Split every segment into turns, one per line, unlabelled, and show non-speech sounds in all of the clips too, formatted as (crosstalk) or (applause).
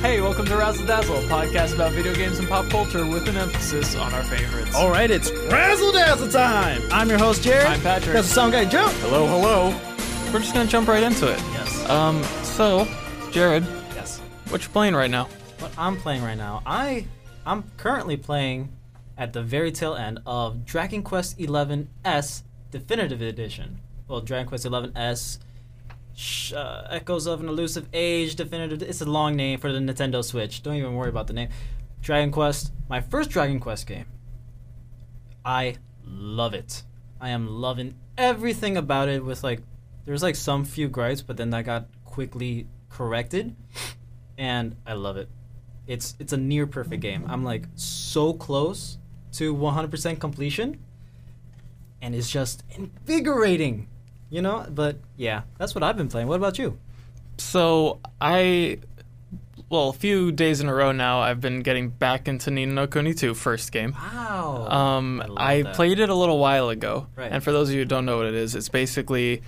Hey, welcome to Razzle Dazzle, a podcast about video games and pop culture with an emphasis on our favorites.
All right, it's Razzle Dazzle time. I'm your host, Jared.
I'm Patrick.
That's the sound guy, Joe.
Hello, hello. We're just gonna jump right into it.
Yes.
Um, so, Jared,
Yes.
what you playing right now?
What I'm playing right now, I I'm currently playing at the very tail end of Dragon Quest XI S Definitive Edition. Well, Dragon Quest XI S sh- uh, Echoes of an Elusive Age Definitive. It's a long name for the Nintendo Switch. Don't even worry about the name. Dragon Quest, my first Dragon Quest game. I love it. I am loving everything about it. With like, there's like some few gripes, but then that got quickly corrected, and I love it. It's it's a near perfect game. I'm like so close to 100% completion, and it's just invigorating, you know. But yeah, that's what I've been playing. What about you?
So, I. Well, a few days in a row now, I've been getting back into Nino no Kuni 2, first game.
Wow.
Um,
love
I,
that.
played it a little while ago.
Right.
And for those of you who don't know what it is, it's basically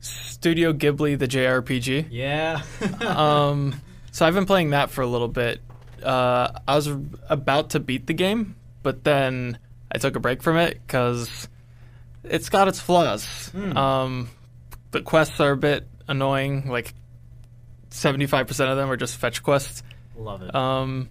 Studio Ghibli, the JRPG.
Yeah.
(laughs) um, so I've been playing that for a little bit. Uh, I was about to beat the game, but then I took a break from it because it's got its flaws. Um, the quests are a bit annoying. Like seventy-five percent of them are just fetch quests.
(laughs) love it.
Um,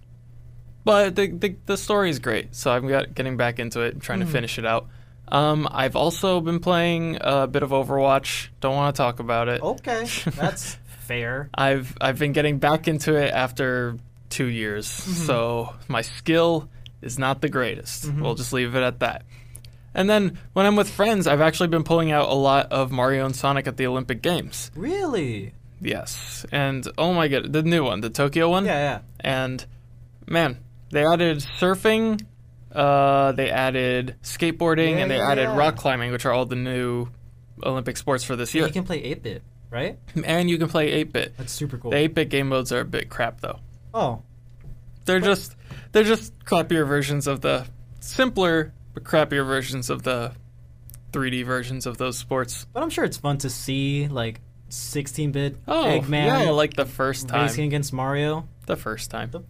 but the, the the story is great, so I'm got, getting back into it and trying to finish it out. Um, I've also been playing a bit of Overwatch. Don't want to talk about it.
okay, that's fair.
I've I've been getting back into it after two years,
Mm-hmm.
so my skill is not the greatest.
Mm-hmm.
We'll just leave it at that. And then when I'm with friends, I've actually been pulling out a lot of Mario and Sonic at the Olympic Games.
Really?
Yes, and oh my god, the new one, the Tokyo one.
Yeah, yeah.
And man, they added surfing, uh, they added skateboarding, and they
Yeah,
added
yeah.
rock climbing, which are all the new Olympic sports for this
You
year.
can play 8 bit, right?
and you can play 8-bit.
That's super cool.
The 8-bit game modes are a bit crap though.
oh,
They're just they're just crappier versions of the simpler but crappier versions of the 3D versions of those sports.
but I'm sure it's fun to see like 16 bit
Oh,
Eggman
yeah, like the first time.
racing against Mario.
The first time. (laughs)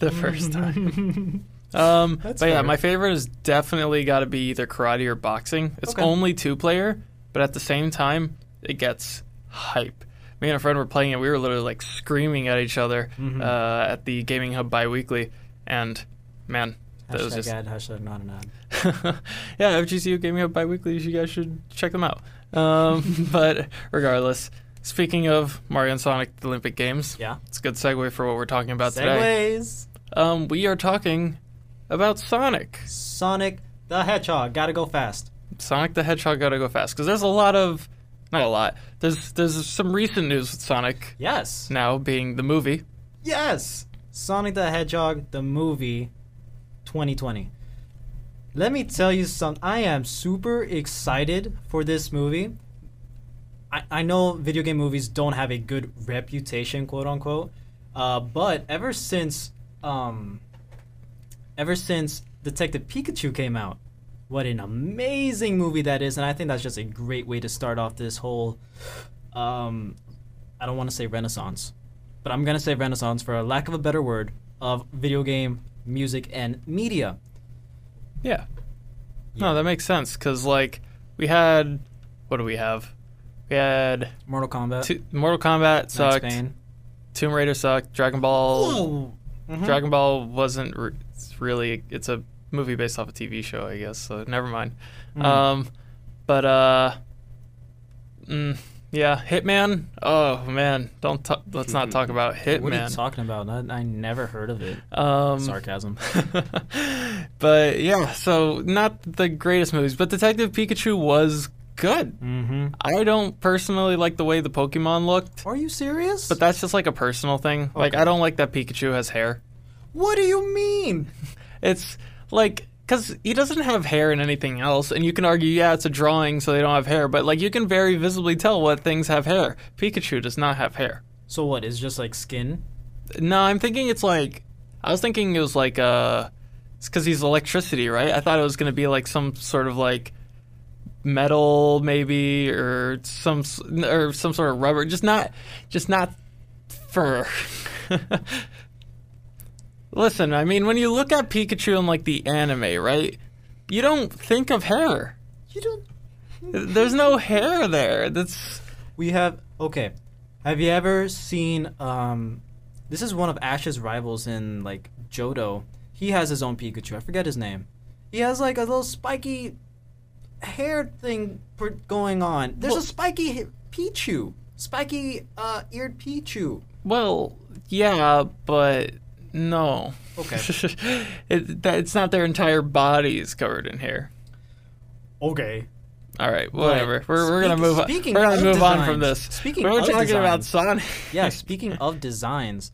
The
(laughs)
first time. Um, but
That's
yeah,
fair.
my favorite is definitely got to be either karate or boxing. It's
Okay.
only two player, but at the same time, it gets hype. Me and a friend were playing it. We were literally like screaming at each other
Mm-hmm.
uh, at the Gaming Hub biweekly, and man, that was
Hashtag
just
ad, hashtag not an ad.
(laughs) yeah, FGCU Gaming Hub Biweekly. You guys should check them out.
(laughs)
Um, but regardless, speaking of Mario and Sonic the Olympic Games,
Yeah.
it's a good segue for what we're talking about today.
Segways.
Um, we are talking about Sonic.
Sonic the Hedgehog. Gotta go fast.
Sonic the Hedgehog gotta go fast because there's a lot of, not a lot. There's there's some recent news with Sonic
Yes.
now being the movie.
Yes. Sonic the Hedgehog the movie 2020. Let me tell you something. I am super excited for this movie. I, I know video game movies don't have a good reputation, quote unquote, uh, but ever since um, ever since Detective Pikachu came out, what an amazing movie that is, and I think that's just a great way to start off this whole. Um, I don't want to say renaissance, but I'm gonna say renaissance for a lack of a better word of video game music and media.
Yeah. No, that makes sense because like we had, what do we have? We had
Mortal Kombat,
two, Mortal Kombat
Max
sucked.
Payne.
Tomb Raider sucked. Dragon Ball.
Oh, mhm.
Mm-hmm. Dragon Ball wasn't re- it's really. It's a movie based off a TV show, I guess. So never mind.
Mm.
Um, but uh, mm, yeah, Hitman. Oh man, don't ta- let's not talk about
(laughs) What are you
Hitman.
talking about? I, I never heard of it.
um, (laughs)
Sarcasm.
but yeah, so not the greatest movies, but Detective Pikachu was good.
mm-hmm.
I don't personally like the way the Pokemon looked.
Are you serious?
But that's just like a personal thing. Like I don't like that Pikachu has hair.
what do you mean?
It's like because he doesn't have hair in anything else, and you can argue, yeah, it's a drawing, so they don't have hair. But like, you can very visibly tell what things have hair. Pikachu does not have hair.
So what? It's just like skin.
No, I'm thinking it's like I was thinking it was like uh, it's because he's electricity, right? I thought it was gonna be like some sort of like metal maybe or some s- or some sort of rubber, just not, just not fur. (laughs) Listen, I mean, when you look at Pikachu in like the anime, right? You don't think of hair.
You don't.
There's no hair there. That's
We have okay. Have you ever seen? Um, this is one of Ash's rivals in like Johto. He has his own Pikachu. I forget his name. He has like a little spiky hair thing per- going on. There's a
Well-
spiky hi- Pichu, spiky uh, eared Pichu.
well, yeah, but no.
Okay.
(laughs) it, that, it's not their entire bodies covered in hair.
Okay.
All right, whatever. we're we're
speak-
gonna move on.
speaking
We're gonna
of
move on from this.
designs- speaking
we're
of
talking about
designs-
Sonic. (laughs)
yeah, speaking of designs,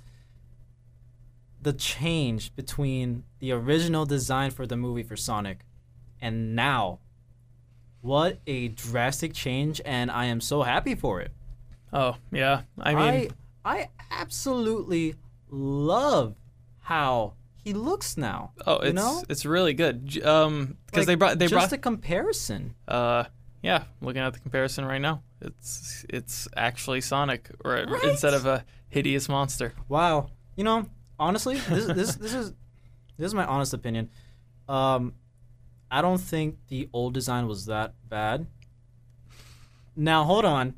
the change between the original design for the movie for Sonic and now, what a drastic change, and I am so happy for it.
oh yeah, I mean,
I I absolutely love how he looks now.
oh, it's
you know?
it's really good. J- Um, because they
Like,
brought they
just
brought
a comparison.
uh yeah looking at the comparison right now it's it's actually sonic or
Right?
instead of a hideous monster
Wow. You know, honestly, this this this is this is my honest opinion. Um, I don't think the old design was that bad. Now hold on,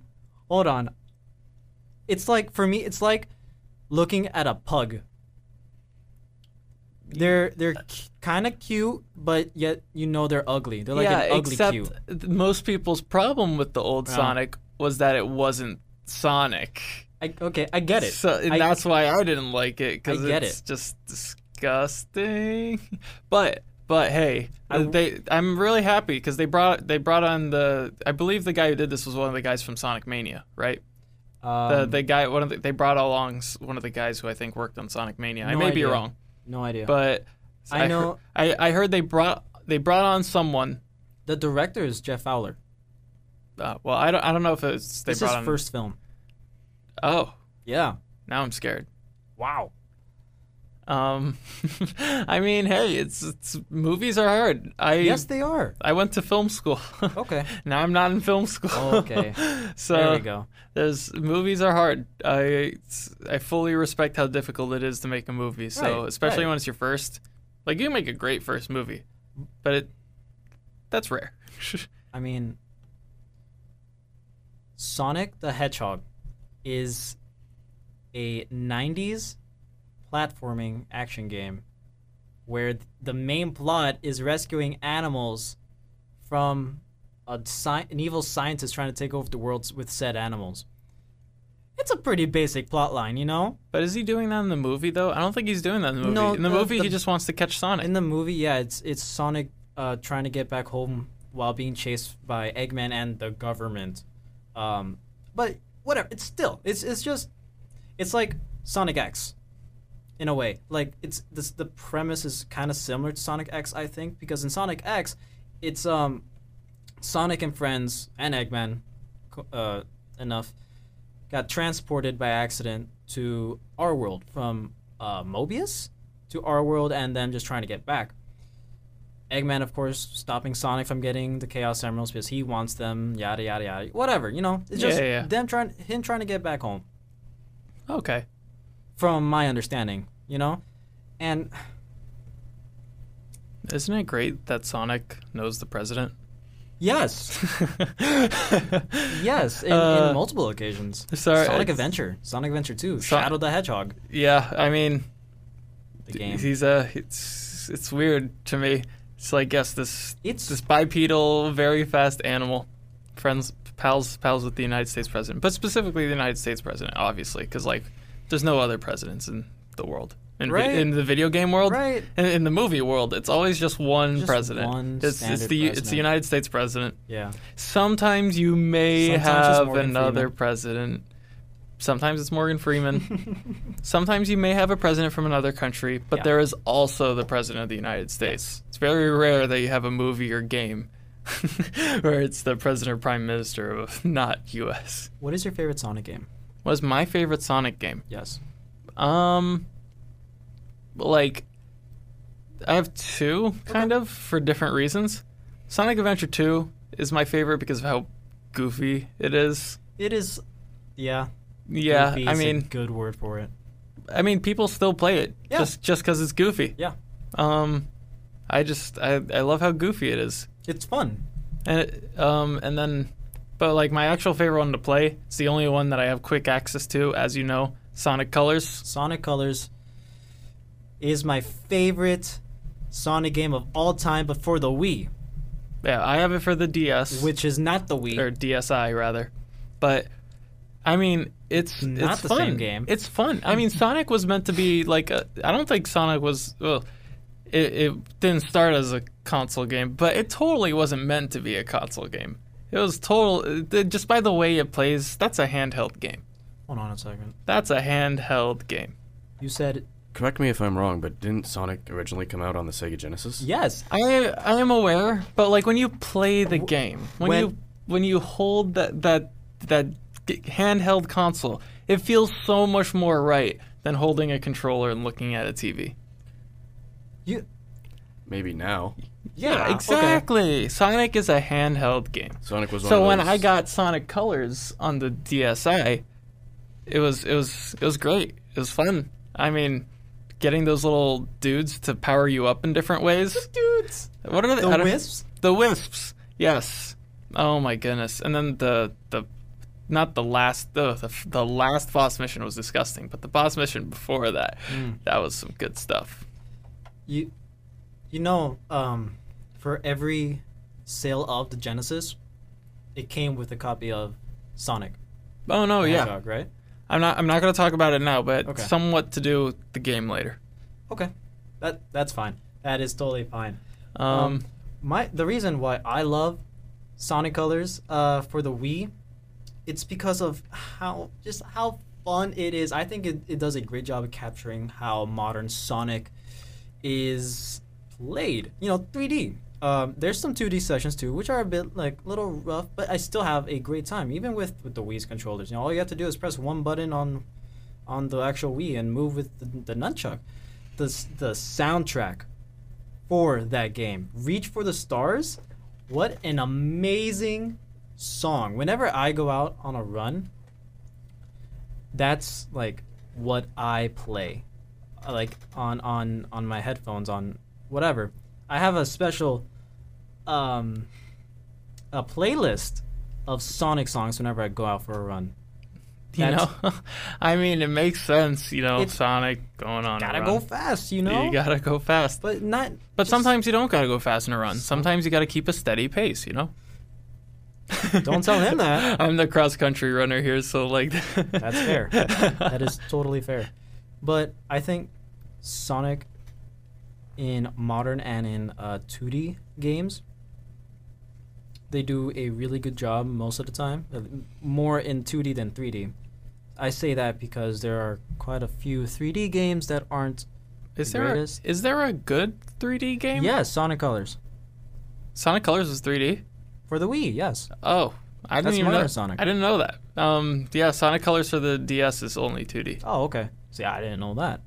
hold on. It's like for me, it's like looking at a pug. They're they're kind of cute, but yet you know they're ugly. They're like
yeah
an ugly
except
cute.
th- most people's problem with the old
Yeah.
sonic was that it wasn't sonic
I, okay, I get it.
so and
I-
that's why i didn't like it because
I get
it's just disgusting (laughs) but but hey
I-
they i'm really happy because they brought they brought on the i believe the guy who did this was one of the guys from sonic mania right the,
um,
the guy one of the, they brought along s- one of the guys who I think worked on Sonic Mania. I
No
may be
idea.
wrong,
no idea.
but
I know-
heard, I, I heard they brought they brought on someone.
the director is Jeff Fowler.
Uh, well, I don't I don't know if it's they
This is
brought
his
on
first film.
Oh,
Yeah.
now I'm scared.
Wow.
Um, (laughs) I mean, hey, it's it's movies are hard. I
Yes, they are.
I went to film school. (laughs)
Okay.
now I'm not in film school.
Oh, Okay.
(laughs) so
there we go.
There's movies are hard. I I fully respect how difficult it is to make a movie. So
Right,
especially
right.
when it's your first, like you can make a great first movie, but it that's rare. (laughs)
I mean, Sonic the Hedgehog is a 90s platforming action game where th- the main plot is rescuing animals from a sci- an evil scientist trying to take over the world with said animals. It's a pretty basic plot line, you know?
but is he doing that in the movie though? I don't think he's doing that in the movie.
No,
in the,
the-
movie,
the-
he just wants to catch Sonic.
In the movie, yeah, it's it's Sonic uh, trying to get back home while being chased by Eggman and the government. Um, but whatever, it's still it's it's just it's like Sonic X, in a way. Like it's this the premise is kind of similar to Sonic X, I think, because in Sonic X, it's um Sonic and friends and Eggman, co- uh, enough, got transported by accident to our world from uh, Mobius to our world and them just trying to get back. Eggman, of course, stopping Sonic from getting the Chaos Emeralds because he wants them. Yada yada yada. Whatever, you know. It's
Yeah,
just
yeah, yeah.
them trying, him trying to get back home
okay.
from my understanding, you know? And
Isn't it great that Sonic knows the
(laughs)
president? (laughs)
yes, (laughs) yes, in,
Uh,
in multiple occasions.
sorry,
Sonic
it's-
Adventure, Sonic Adventure 2,
Son-
Shadow the Hedgehog,
yeah, I mean,
the game.
He's a. It's it's weird to me. It's like yes, this
It's-
this bipedal, very fast animal, friends, pals, pals with the United States president, but specifically the United States president, obviously, because like there's no other presidents in the world. In, vi-
Right.
in the video game world,
Right.
in, in the movie world, it's always just one
Just
president.
one
it's, it's
standard
the it's the
president.
United States president.
yeah.
Sometimes you may
Sometimes it's
have
Morgan
another
Freeman.
president. Sometimes it's Morgan (laughs)
(laughs)
Freeman. Sometimes you may have a president from another country, but
Yeah.
there is also the president of the United States. It's very rare that you have a movie or game (laughs) where it's the president or prime minister of (laughs) not US.
What is your favorite Sonic game?
What is my favorite Sonic game?
Yes.
Um like I have two kind of for different reasons. Sonic Adventure 2 is my favorite because of how goofy it is.
It is, yeah.
Yeah,
goofy
I
is a
mean,
good word for it.
I mean, people still play it
Yeah.
just just because it's goofy.
Yeah,
Um, I just I I love how goofy it is,
it's fun.
and it, um and then, but like my actual favorite one to play, it's the only one that I have quick access to, as you know, Sonic Colors.
Sonic Colors is my favorite Sonic game of all time, but for the Wii,
Yeah, I have it for the DS,
which is not the Wii.
or DSi rather, but. I mean, it's
Not
it's
the
fun.
same game.
It's fun. I mean, Sonic was meant to be like a, I don't think Sonic was well, it, it didn't start as a console game, but it totally wasn't meant to be a console game. It was total it- just by the way it plays. That's a handheld game.
Hold on a second.
That's a handheld game.
You said
Correct me if I'm wrong, but didn't Sonic originally come out on the Sega Genesis?
yes.
I I am aware, but like when you play the game, when,
when-
you when you hold that that that g- handheld console, it feels so much more right than holding a controller and looking at a TV.
You
Maybe now.
yeah, okay.
exactly. Sonic is a handheld game.
Sonic was one
So
of
when
those-
I got Sonic Colors on the DSi, it was it was it was great. It was fun. I mean, getting those little dudes to power you up in different ways.
Dudes,
What are they? I
the
don't-
wisps.
The wisps. Yes. Oh my goodness. And then the the not the last the the, the last boss mission was disgusting, but the boss mission before that,
Mm.
that was some good stuff.
You, you know, um, for every sale of the Genesis, it came with a copy of Sonic.
Oh no,
the
yeah.
Hedgehog, right?
I'm not I'm not going to talk about it now, but
Okay.
somewhat to do with the game later.
Okay, that that's fine. That is totally fine.
Um,
Um, my the reason why I love Sonic Colors uh, for the Wii, it's because of how just how fun it is. I think it, it does a great job of capturing how modern Sonic is played. You know, 3D. Um, there's some 2D sessions too, which are a bit like little rough, but I still have a great time, even with with the Wii's controllers. You know, all you have to do is press one button on on the actual Wii and move with the, the nunchuck. The s- the soundtrack for that game. Reach for the Stars. What an amazing song. Whenever I go out on a run, that's like what I play. Uh, Like on on on my headphones on whatever. I have a special um a playlist of Sonic songs whenever I go out for a run.
you
that's-
know, (laughs) I mean, it makes sense. You know,
It's-
Sonic going on. a
Gotta
run.
go fast, you know?
You gotta go fast.
but not
But
just-
sometimes you don't gotta go fast in a run. Sometimes you gotta keep a steady pace, you know?
Don't tell him
(laughs)
that.
I'm the cross country runner here, so like (laughs)
That's fair. that is totally fair. But I think Sonic in modern and in uh, 2D games, they do a really good job most of the time. uh, More in 2D than 3D. I say that because there are quite a few 3D games that aren't.
Is there a,
Greatest.
is there a good 3D game?
Yes, Sonic Colors
Sonic Colors is 3D.
for the Wii. Yes,
Oh, I didn't
That's
even know.
Minor Sonic.
I didn't know that. Um, yeah, Sonic Colors for the DS is only 2D.
Oh, okay. See, I didn't know (laughs) that.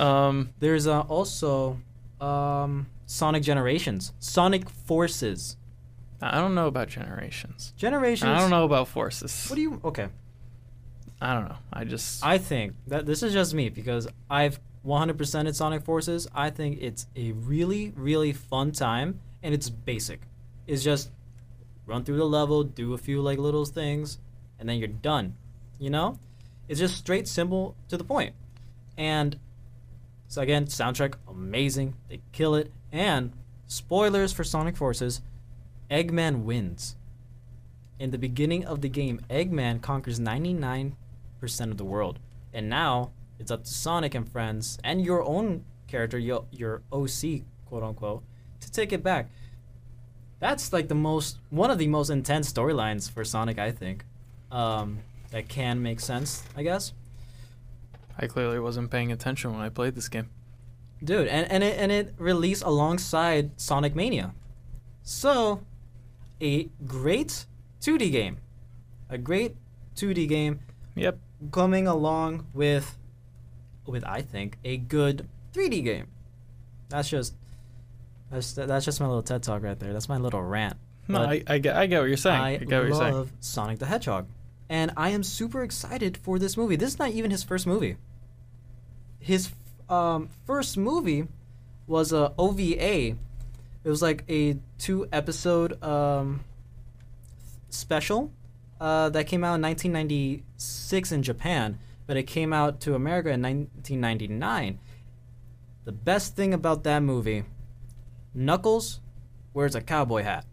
Um,
There's uh, also um, Sonic Generations, Sonic Forces,
I don't know about Generations.
Generations.
I don't know about Forces.
What do you? Okay,
I don't know. I just
I think that this is just me because I've 100%ed Sonic Forces. I think it's a really, really fun time, and it's basic. It's just run through the level, do a few like little things, and then you're done. You know, it's just straight, simple, to the point. And so again, soundtrack amazing. They kill it. And spoilers for Sonic Forces, Eggman wins. In the beginning of the game, Eggman conquers 99% of the world. And now it's up to Sonic and friends and your own character, your, your OC, quote unquote, to take it back. That's like the most, one of the most intense storylines for Sonic, I think. Um, that can make sense, I guess.
I clearly wasn't paying attention when I played this game.
Dude, and, and, it, and it released alongside Sonic Mania. So, a great 2D game. A great 2D game
Yep.
coming along with with I think a good 3D game. That's just that's that's just my little TED talk right there. That's my little rant.
No,
But
I, I get I get what you're saying. I,
I
get what you're saying.
love Sonic the Hedgehog, and I am super excited for this movie. This is not even his first movie. his um, first movie was a OVA. It was like a two episode um, special uh, that came out in 1996 in Japan, but it came out to America in 1999. The best thing about that movie, Knuckles wears a cowboy hat.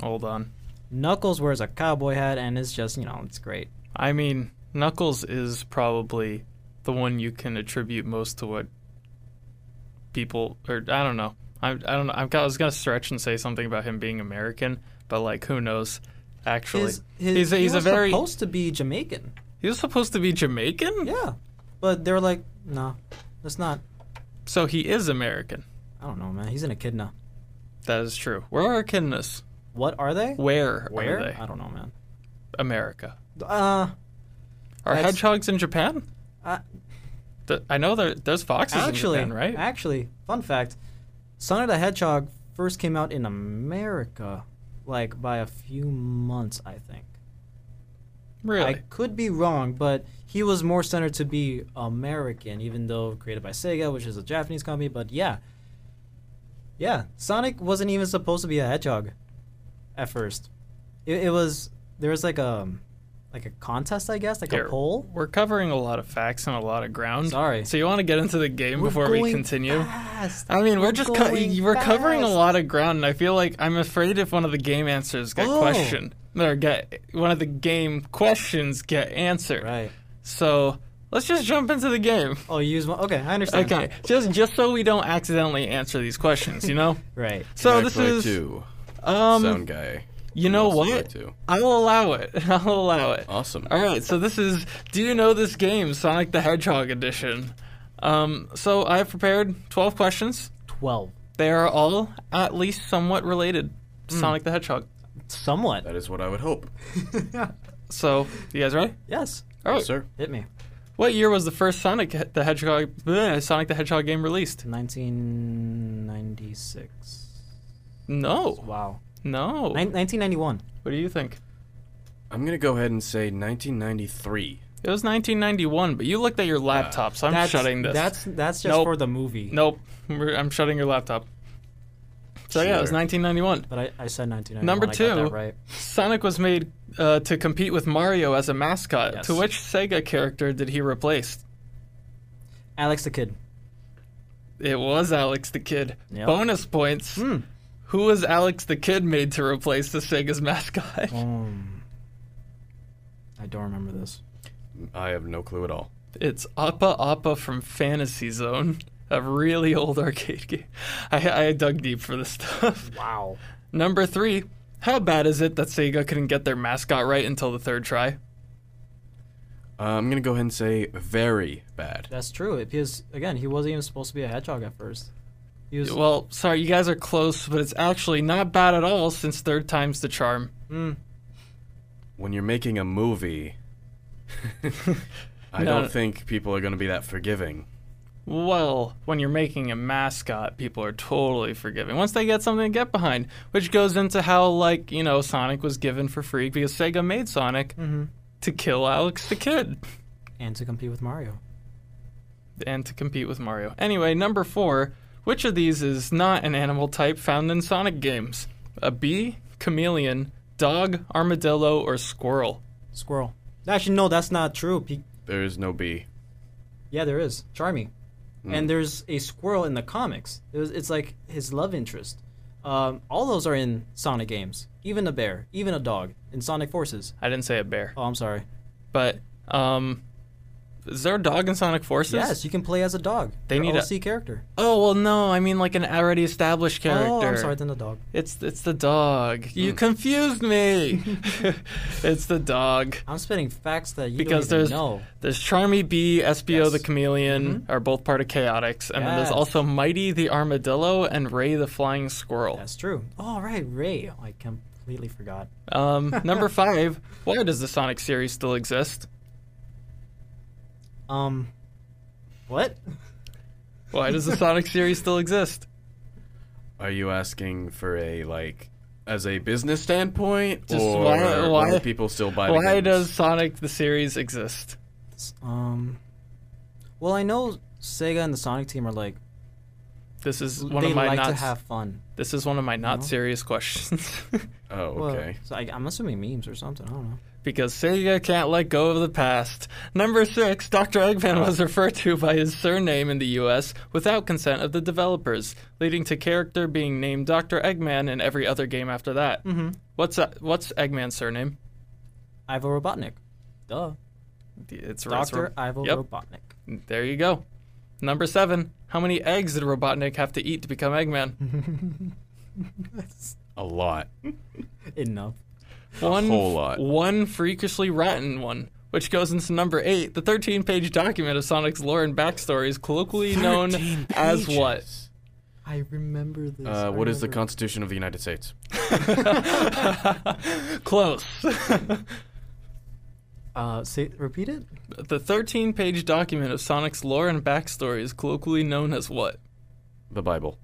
Hold on.
Knuckles wears a cowboy hat, and it's just you know it's great.
I mean, Knuckles is probably the one you can attribute most to what people or I don't know. I I don't know. I've got, I was gonna stretch and say something about him being American, but like who knows? Actually,
His, his,
he's a,
he
he's a
was
very
supposed to be Jamaican.
he was supposed to be Jamaican.
Yeah, but they were like, nah, that's not.
So he is American.
I don't know, man. He's an echidna.
That is true. Where are echidnas?
What are they?
Where,
Where?
are they?
I don't know, man.
America.
Uh,
Are
That's-
hedgehogs in Japan?
I-
Th- I know there there's foxes
actually,
in Japan, right?
actually, fun fact: Sonic the Hedgehog first came out in America, like by a few months, I think.
really?
I could be wrong, but he was more centered to be American, even though created by Sega, which is a Japanese company. But yeah, yeah, Sonic wasn't even supposed to be a hedgehog at first. It, it was there was like a like a contest, I guess, like
Here,
a poll.
We're covering a lot of facts and a lot of ground.
Sorry.
So you want to get into the game
We're
before we
going
continue?
fast.
I mean, we're just co-
going
we're covering a
fast.
lot of ground, and I feel like I'm afraid if one of the game answers get
Oh.
questioned or get one of the game questions get answered.
Right.
So let's just jump into the game.
Oh, you use one. Okay, I understand.
Okay, just just so we don't accidentally answer these questions, you know.
Right.
So
Act
this
like
is
two.
um,
sound guy.
you know
Yes,
what?
Act two.
I'll allow it. (laughs) I'll allow it.
Awesome.
All right, so this is Do You Know This Game? Sonic the Hedgehog Edition. Um, so I have prepared 12 questions.
Twelve.
They are all at least somewhat related to
Hmm.
Sonic the Hedgehog.
(laughs)
Somewhat. (laughs)
That is what I would hope.
So, you guys ready?
Yes.
All right.
Yes, sir.
Hit me.
What year was the first Sonic he- the Hedgehog bleh, Sonic the Hedgehog game released?
1996.
No.
Wow.
No.
Nin- 1991.
What do you think?
I'm gonna go ahead and say 1993.
It was 1991, but you looked
Uh,
at your laptop, so I'm
that's,
shutting this.
That's that's just
Nope.
for the movie.
Nope. We're- I'm shutting your laptop. So yeah, it was
Sure.
1991.
But I, I said 1991.
Number
I got that
two.
right.
Sonic was made uh, to compete with Mario as a mascot.
Yes.
To which Sega character did he replace?
Alex the Kid.
It was Alex the Kid.
Yep.
Bonus points.
Hmm.
Who was Alex the Kid made to replace the Sega's (laughs) mascot?
Um, I don't remember this.
I have no clue at all.
It's Appa Appa from Fantasy Zone, a really old arcade game. I, I dug deep for this (laughs) stuff.
Wow.
Number three. How bad is it that Sega couldn't get their mascot right until the third try?
Uh, I'm gonna go ahead and say very bad.
That's true. It is again. He wasn't even supposed to be a hedgehog at first. He was.
Well, sorry, you guys are close, but it's actually not bad at all since third time's the charm.
mm,
When you're making a movie, (laughs) I
No.
don't think people are gonna be that forgiving.
Well, when you're making a mascot, people are totally forgiving once they get something to get behind, which goes into how, like, you know, Sonic was given for free because Sega made Sonic to kill Alex the Kid
mm-hmm. and to compete with Mario.
and to compete with Mario. Anyway, number four which of these is not an animal type found in Sonic games? A bee, chameleon, dog, armadillo, or squirrel?
Squirrel. Actually, no, that's not true. Pe-
There is no B.
yeah, there is Charmy,
Hmm.
and there's a squirrel in the comics. It was, it's like his love interest. Um, all those are in Sonic games. Even a bear, even a dog in Sonic Forces.
I didn't say a bear,
Oh, I'm sorry.
but, um, is there a dog in Sonic Forces?
Yes, you can play as a dog.
They
You're
need a-
OC character.
Oh well, no. I mean, like an already established character.
Oh, I'm sorry, then the dog.
It's it's the dog. You
Mm.
confused
(laughs)
me. it's the dog
I'm spitting facts that you
because
don't
there's
even know.
there's Charmy B, SBO the
Yes. Mm-hmm.
chameleon are both part of Chaotix, and then there's
Yes.
also Mighty the armadillo and Ray the flying squirrel.
That's true. All right, Ray. I completely forgot.
Um,
(laughs)
number five. Why does the Sonic series still exist?
Um, what? (laughs)
Why does the Sonic series still exist?
Are you asking for a like, as a business standpoint,
Just
or
why-
why,
why-
do people still buy? the
Why
games?
does Sonic the series exist?
Um, Well, I know Sega and the Sonic team are like
This is one
they
of my
like
not.
to have fun.
this is one of my not
No.
serious questions, (laughs)
Oh, okay.
Well, so I, I'm assuming memes or something. I don't know.
because Sega can't let go of the past. Number six, Dr. Eggman was referred to by his surname in the U.S. without consent of the developers, leading to character being named Dr. Eggman in every other game after that. Mm-hmm. What's uh, what's Eggman's surname?
Ivo Robotnik. Duh.
It's
Doctor
it's-
Ivo
Yep.
Robotnik.
There you go. Number seven. How many eggs did Robotnik have to eat to become
(laughs)
Eggman?
A lot.
Enough.
One,
whole lot.
One freakishly rotten one, which goes into number eight. The 13 page document of Sonic's lore and backstory is colloquially known as what?
I remember this.
Uh, what is the Constitution of the United States?
(laughs) Close.
Uh, say repeat it.
the 13 page document of Sonic's lore and backstory is colloquially known as what?
The Bible.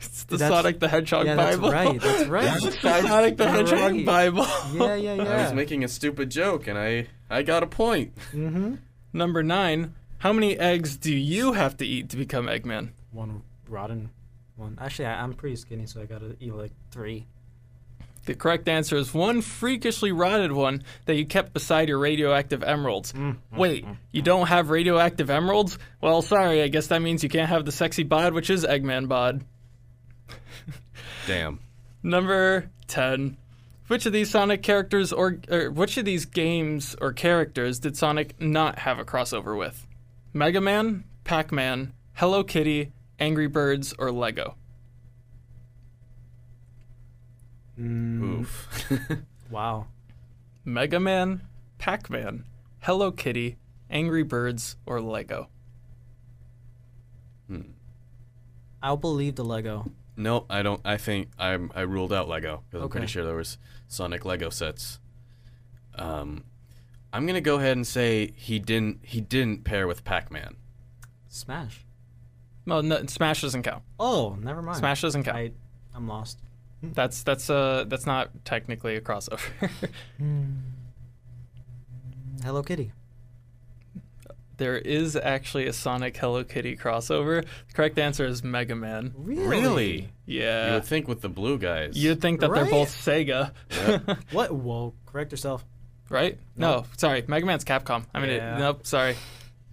It's the
That's-
Sonic the Hedgehog
yeah, that's
Bible. (laughs)
right. That's
(laughs)
right.
It's the Sonic the Hedgehog
Right.
Bible. (laughs)
yeah, yeah, yeah.
I was making a stupid joke, and I I got
(laughs)
a point.
mm-hmm.
Number nine. How many eggs do you have to eat to become Eggman?
One rotten one. Actually, I, I'm pretty skinny, so I gotta eat like three.
The correct answer is one freakishly rotted one that you kept beside your radioactive emeralds.
Mm,
Wait, you don't have radioactive emeralds? Well, sorry, I guess that means you can't have the sexy bod, which is Eggman bod.
Damn.
Number 10. Which of these Sonic characters or, or which of these games or characters did Sonic not have a crossover with? Mega Man, Pac Man, Hello Kitty, Angry Birds, or Lego?
(laughs)
Mm. Oof.
Wow.
Mega Man, Pac Man, Hello Kitty, Angry Birds, or Lego?
I'll believe the Lego.
no, I don't. I think I'm. I ruled out Lego because I'm pretty
Okay.
sure there was Sonic Lego sets. Um, I'm gonna go ahead and say he didn't. He didn't pair with Pac-Man.
Smash.
Well, no, Smash doesn't count.
Oh, never mind.
Smash doesn't count.
I, I'm lost.
That's that's uh that's not technically a crossover. (laughs)
Hello Kitty.
there is actually a Sonic Hello Kitty crossover. The correct answer is Mega Man.
Really?
You
Yeah.
would think with the blue guys.
You'd think that
Right?
they're both Sega,
What? Whoa. Correct yourself.
(laughs) right? No, sorry. Mega Man's Capcom. I mean,
Yeah.
it, nope, sorry.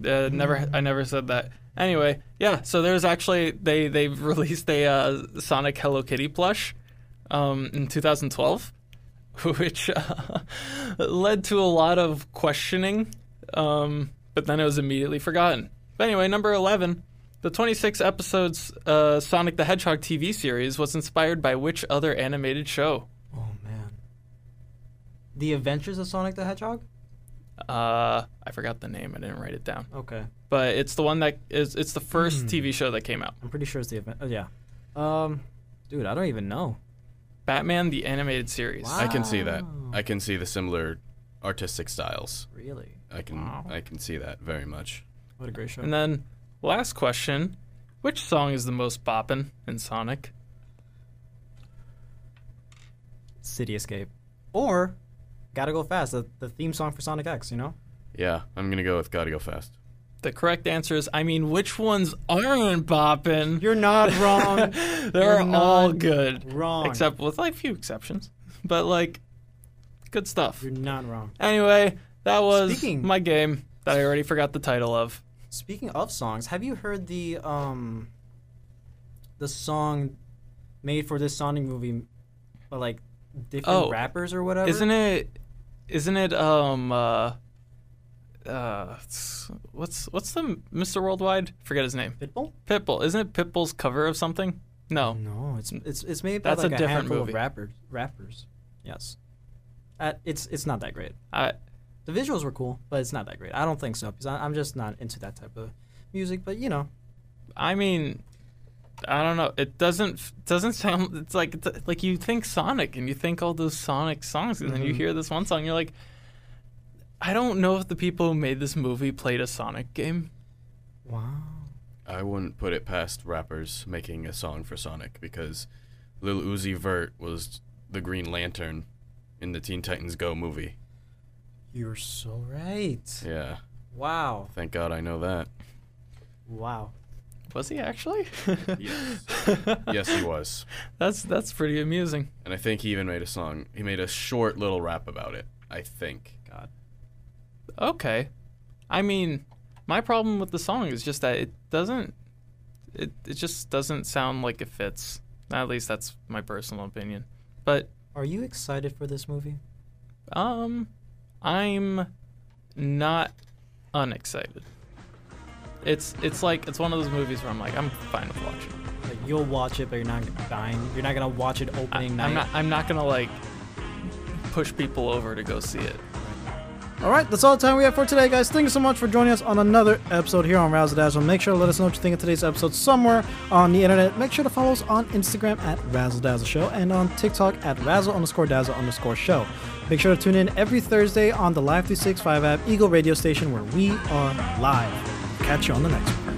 Uh, never, I never said that. Anyway, yeah. So there's actually they they've released a uh, Sonic Hello Kitty plush um, in 2012, (laughs) which uh, led to a lot of questioning, um, but then it was immediately forgotten. But anyway, number 11, the 26 episodes uh, Sonic the Hedgehog TV series was inspired by which other animated show?
Oh man. The Adventures of Sonic the Hedgehog.
Uh, I forgot the name. I didn't write it down.
Okay.
But it's the one that is it's the first
Hmm.
TV show that came out.
I'm pretty sure it's the event. Oh, yeah. Um, dude, I don't even know.
Batman the animated series.
I can see that. I can see the similar artistic styles.
Really?
I can. I can see that very much.
What a great show.
And then last question, which song is the most boppin' in Sonic?
City Escape. Or Gotta Go Fast, the, the theme song for Sonic X, you know?
Yeah, I'm gonna go with Gotta Go Fast.
The correct answer is I mean which ones aren't boppin'?
You're not (laughs) wrong.
(laughs) They're
you're
all
not
good.
wrong.
Except with like few exceptions. But like good stuff.
You're not wrong.
Anyway, that was
Speaking-
my game that I already forgot the title of.
Speaking of songs, have you heard the um the song made for this Sonic movie by like different
Oh.
rappers or whatever?
Isn't it? Isn't it? Um. Uh, uh. it's- What's What's the Mr. Worldwide? Forget his name.
Pitbull?
Pitbull. Isn't it Pitbull's cover of something? No.
No, it's it's it's made by
That's a
like a,
different
handful
movie.
of rappers. Rappers, yes. Uh, it's it's not that great.
I.
The visuals were cool, but it's not that great. I don't think so because I, I'm just not into that type of music. But you know,
I mean. I don't know. It doesn't f- doesn't sound. It's like it's like you think Sonic and you think all those Sonic songs, and then you hear this one song, you're like, I don't know if the people who made this movie played a Sonic game.
wow.
I wouldn't put it past rappers making a song for Sonic because Lil Uzi Vert was the Green Lantern in the Teen Titans Go movie.
You're so right.
Yeah.
Wow.
Thank God I know that.
Wow.
Was he actually? (laughs)
Yes. yes, he was.
That's that's pretty amusing.
And I think he even made a song. He made a short little rap about it, I think.
God.
Okay. I mean, my problem with the song is just that it doesn't it it just doesn't sound like it fits. At least that's my personal opinion. But
Are you excited for this movie?
um I'm not unexcited. It's it's like it's one of those movies where I'm like I'm fine with watching.
Like you'll watch it, but you're not dying. You're not gonna watch it
I,
opening night.
I'm not I'm not going to like push people over to go see it.
All right, that's all the time we have for today, guys. Thank you so much for joining us on another episode here on Razzledazzle. Make sure to let us know what you think of today's episode somewhere on the internet. Make sure to follow us on Instagram at Razzledazzle Show and on TikTok at Razzle underscore Dazzle underscore Show. Make sure to tune in every Thursday on the Live 365 app, Eagle Radio Station, where we are live. Catch you on the next one.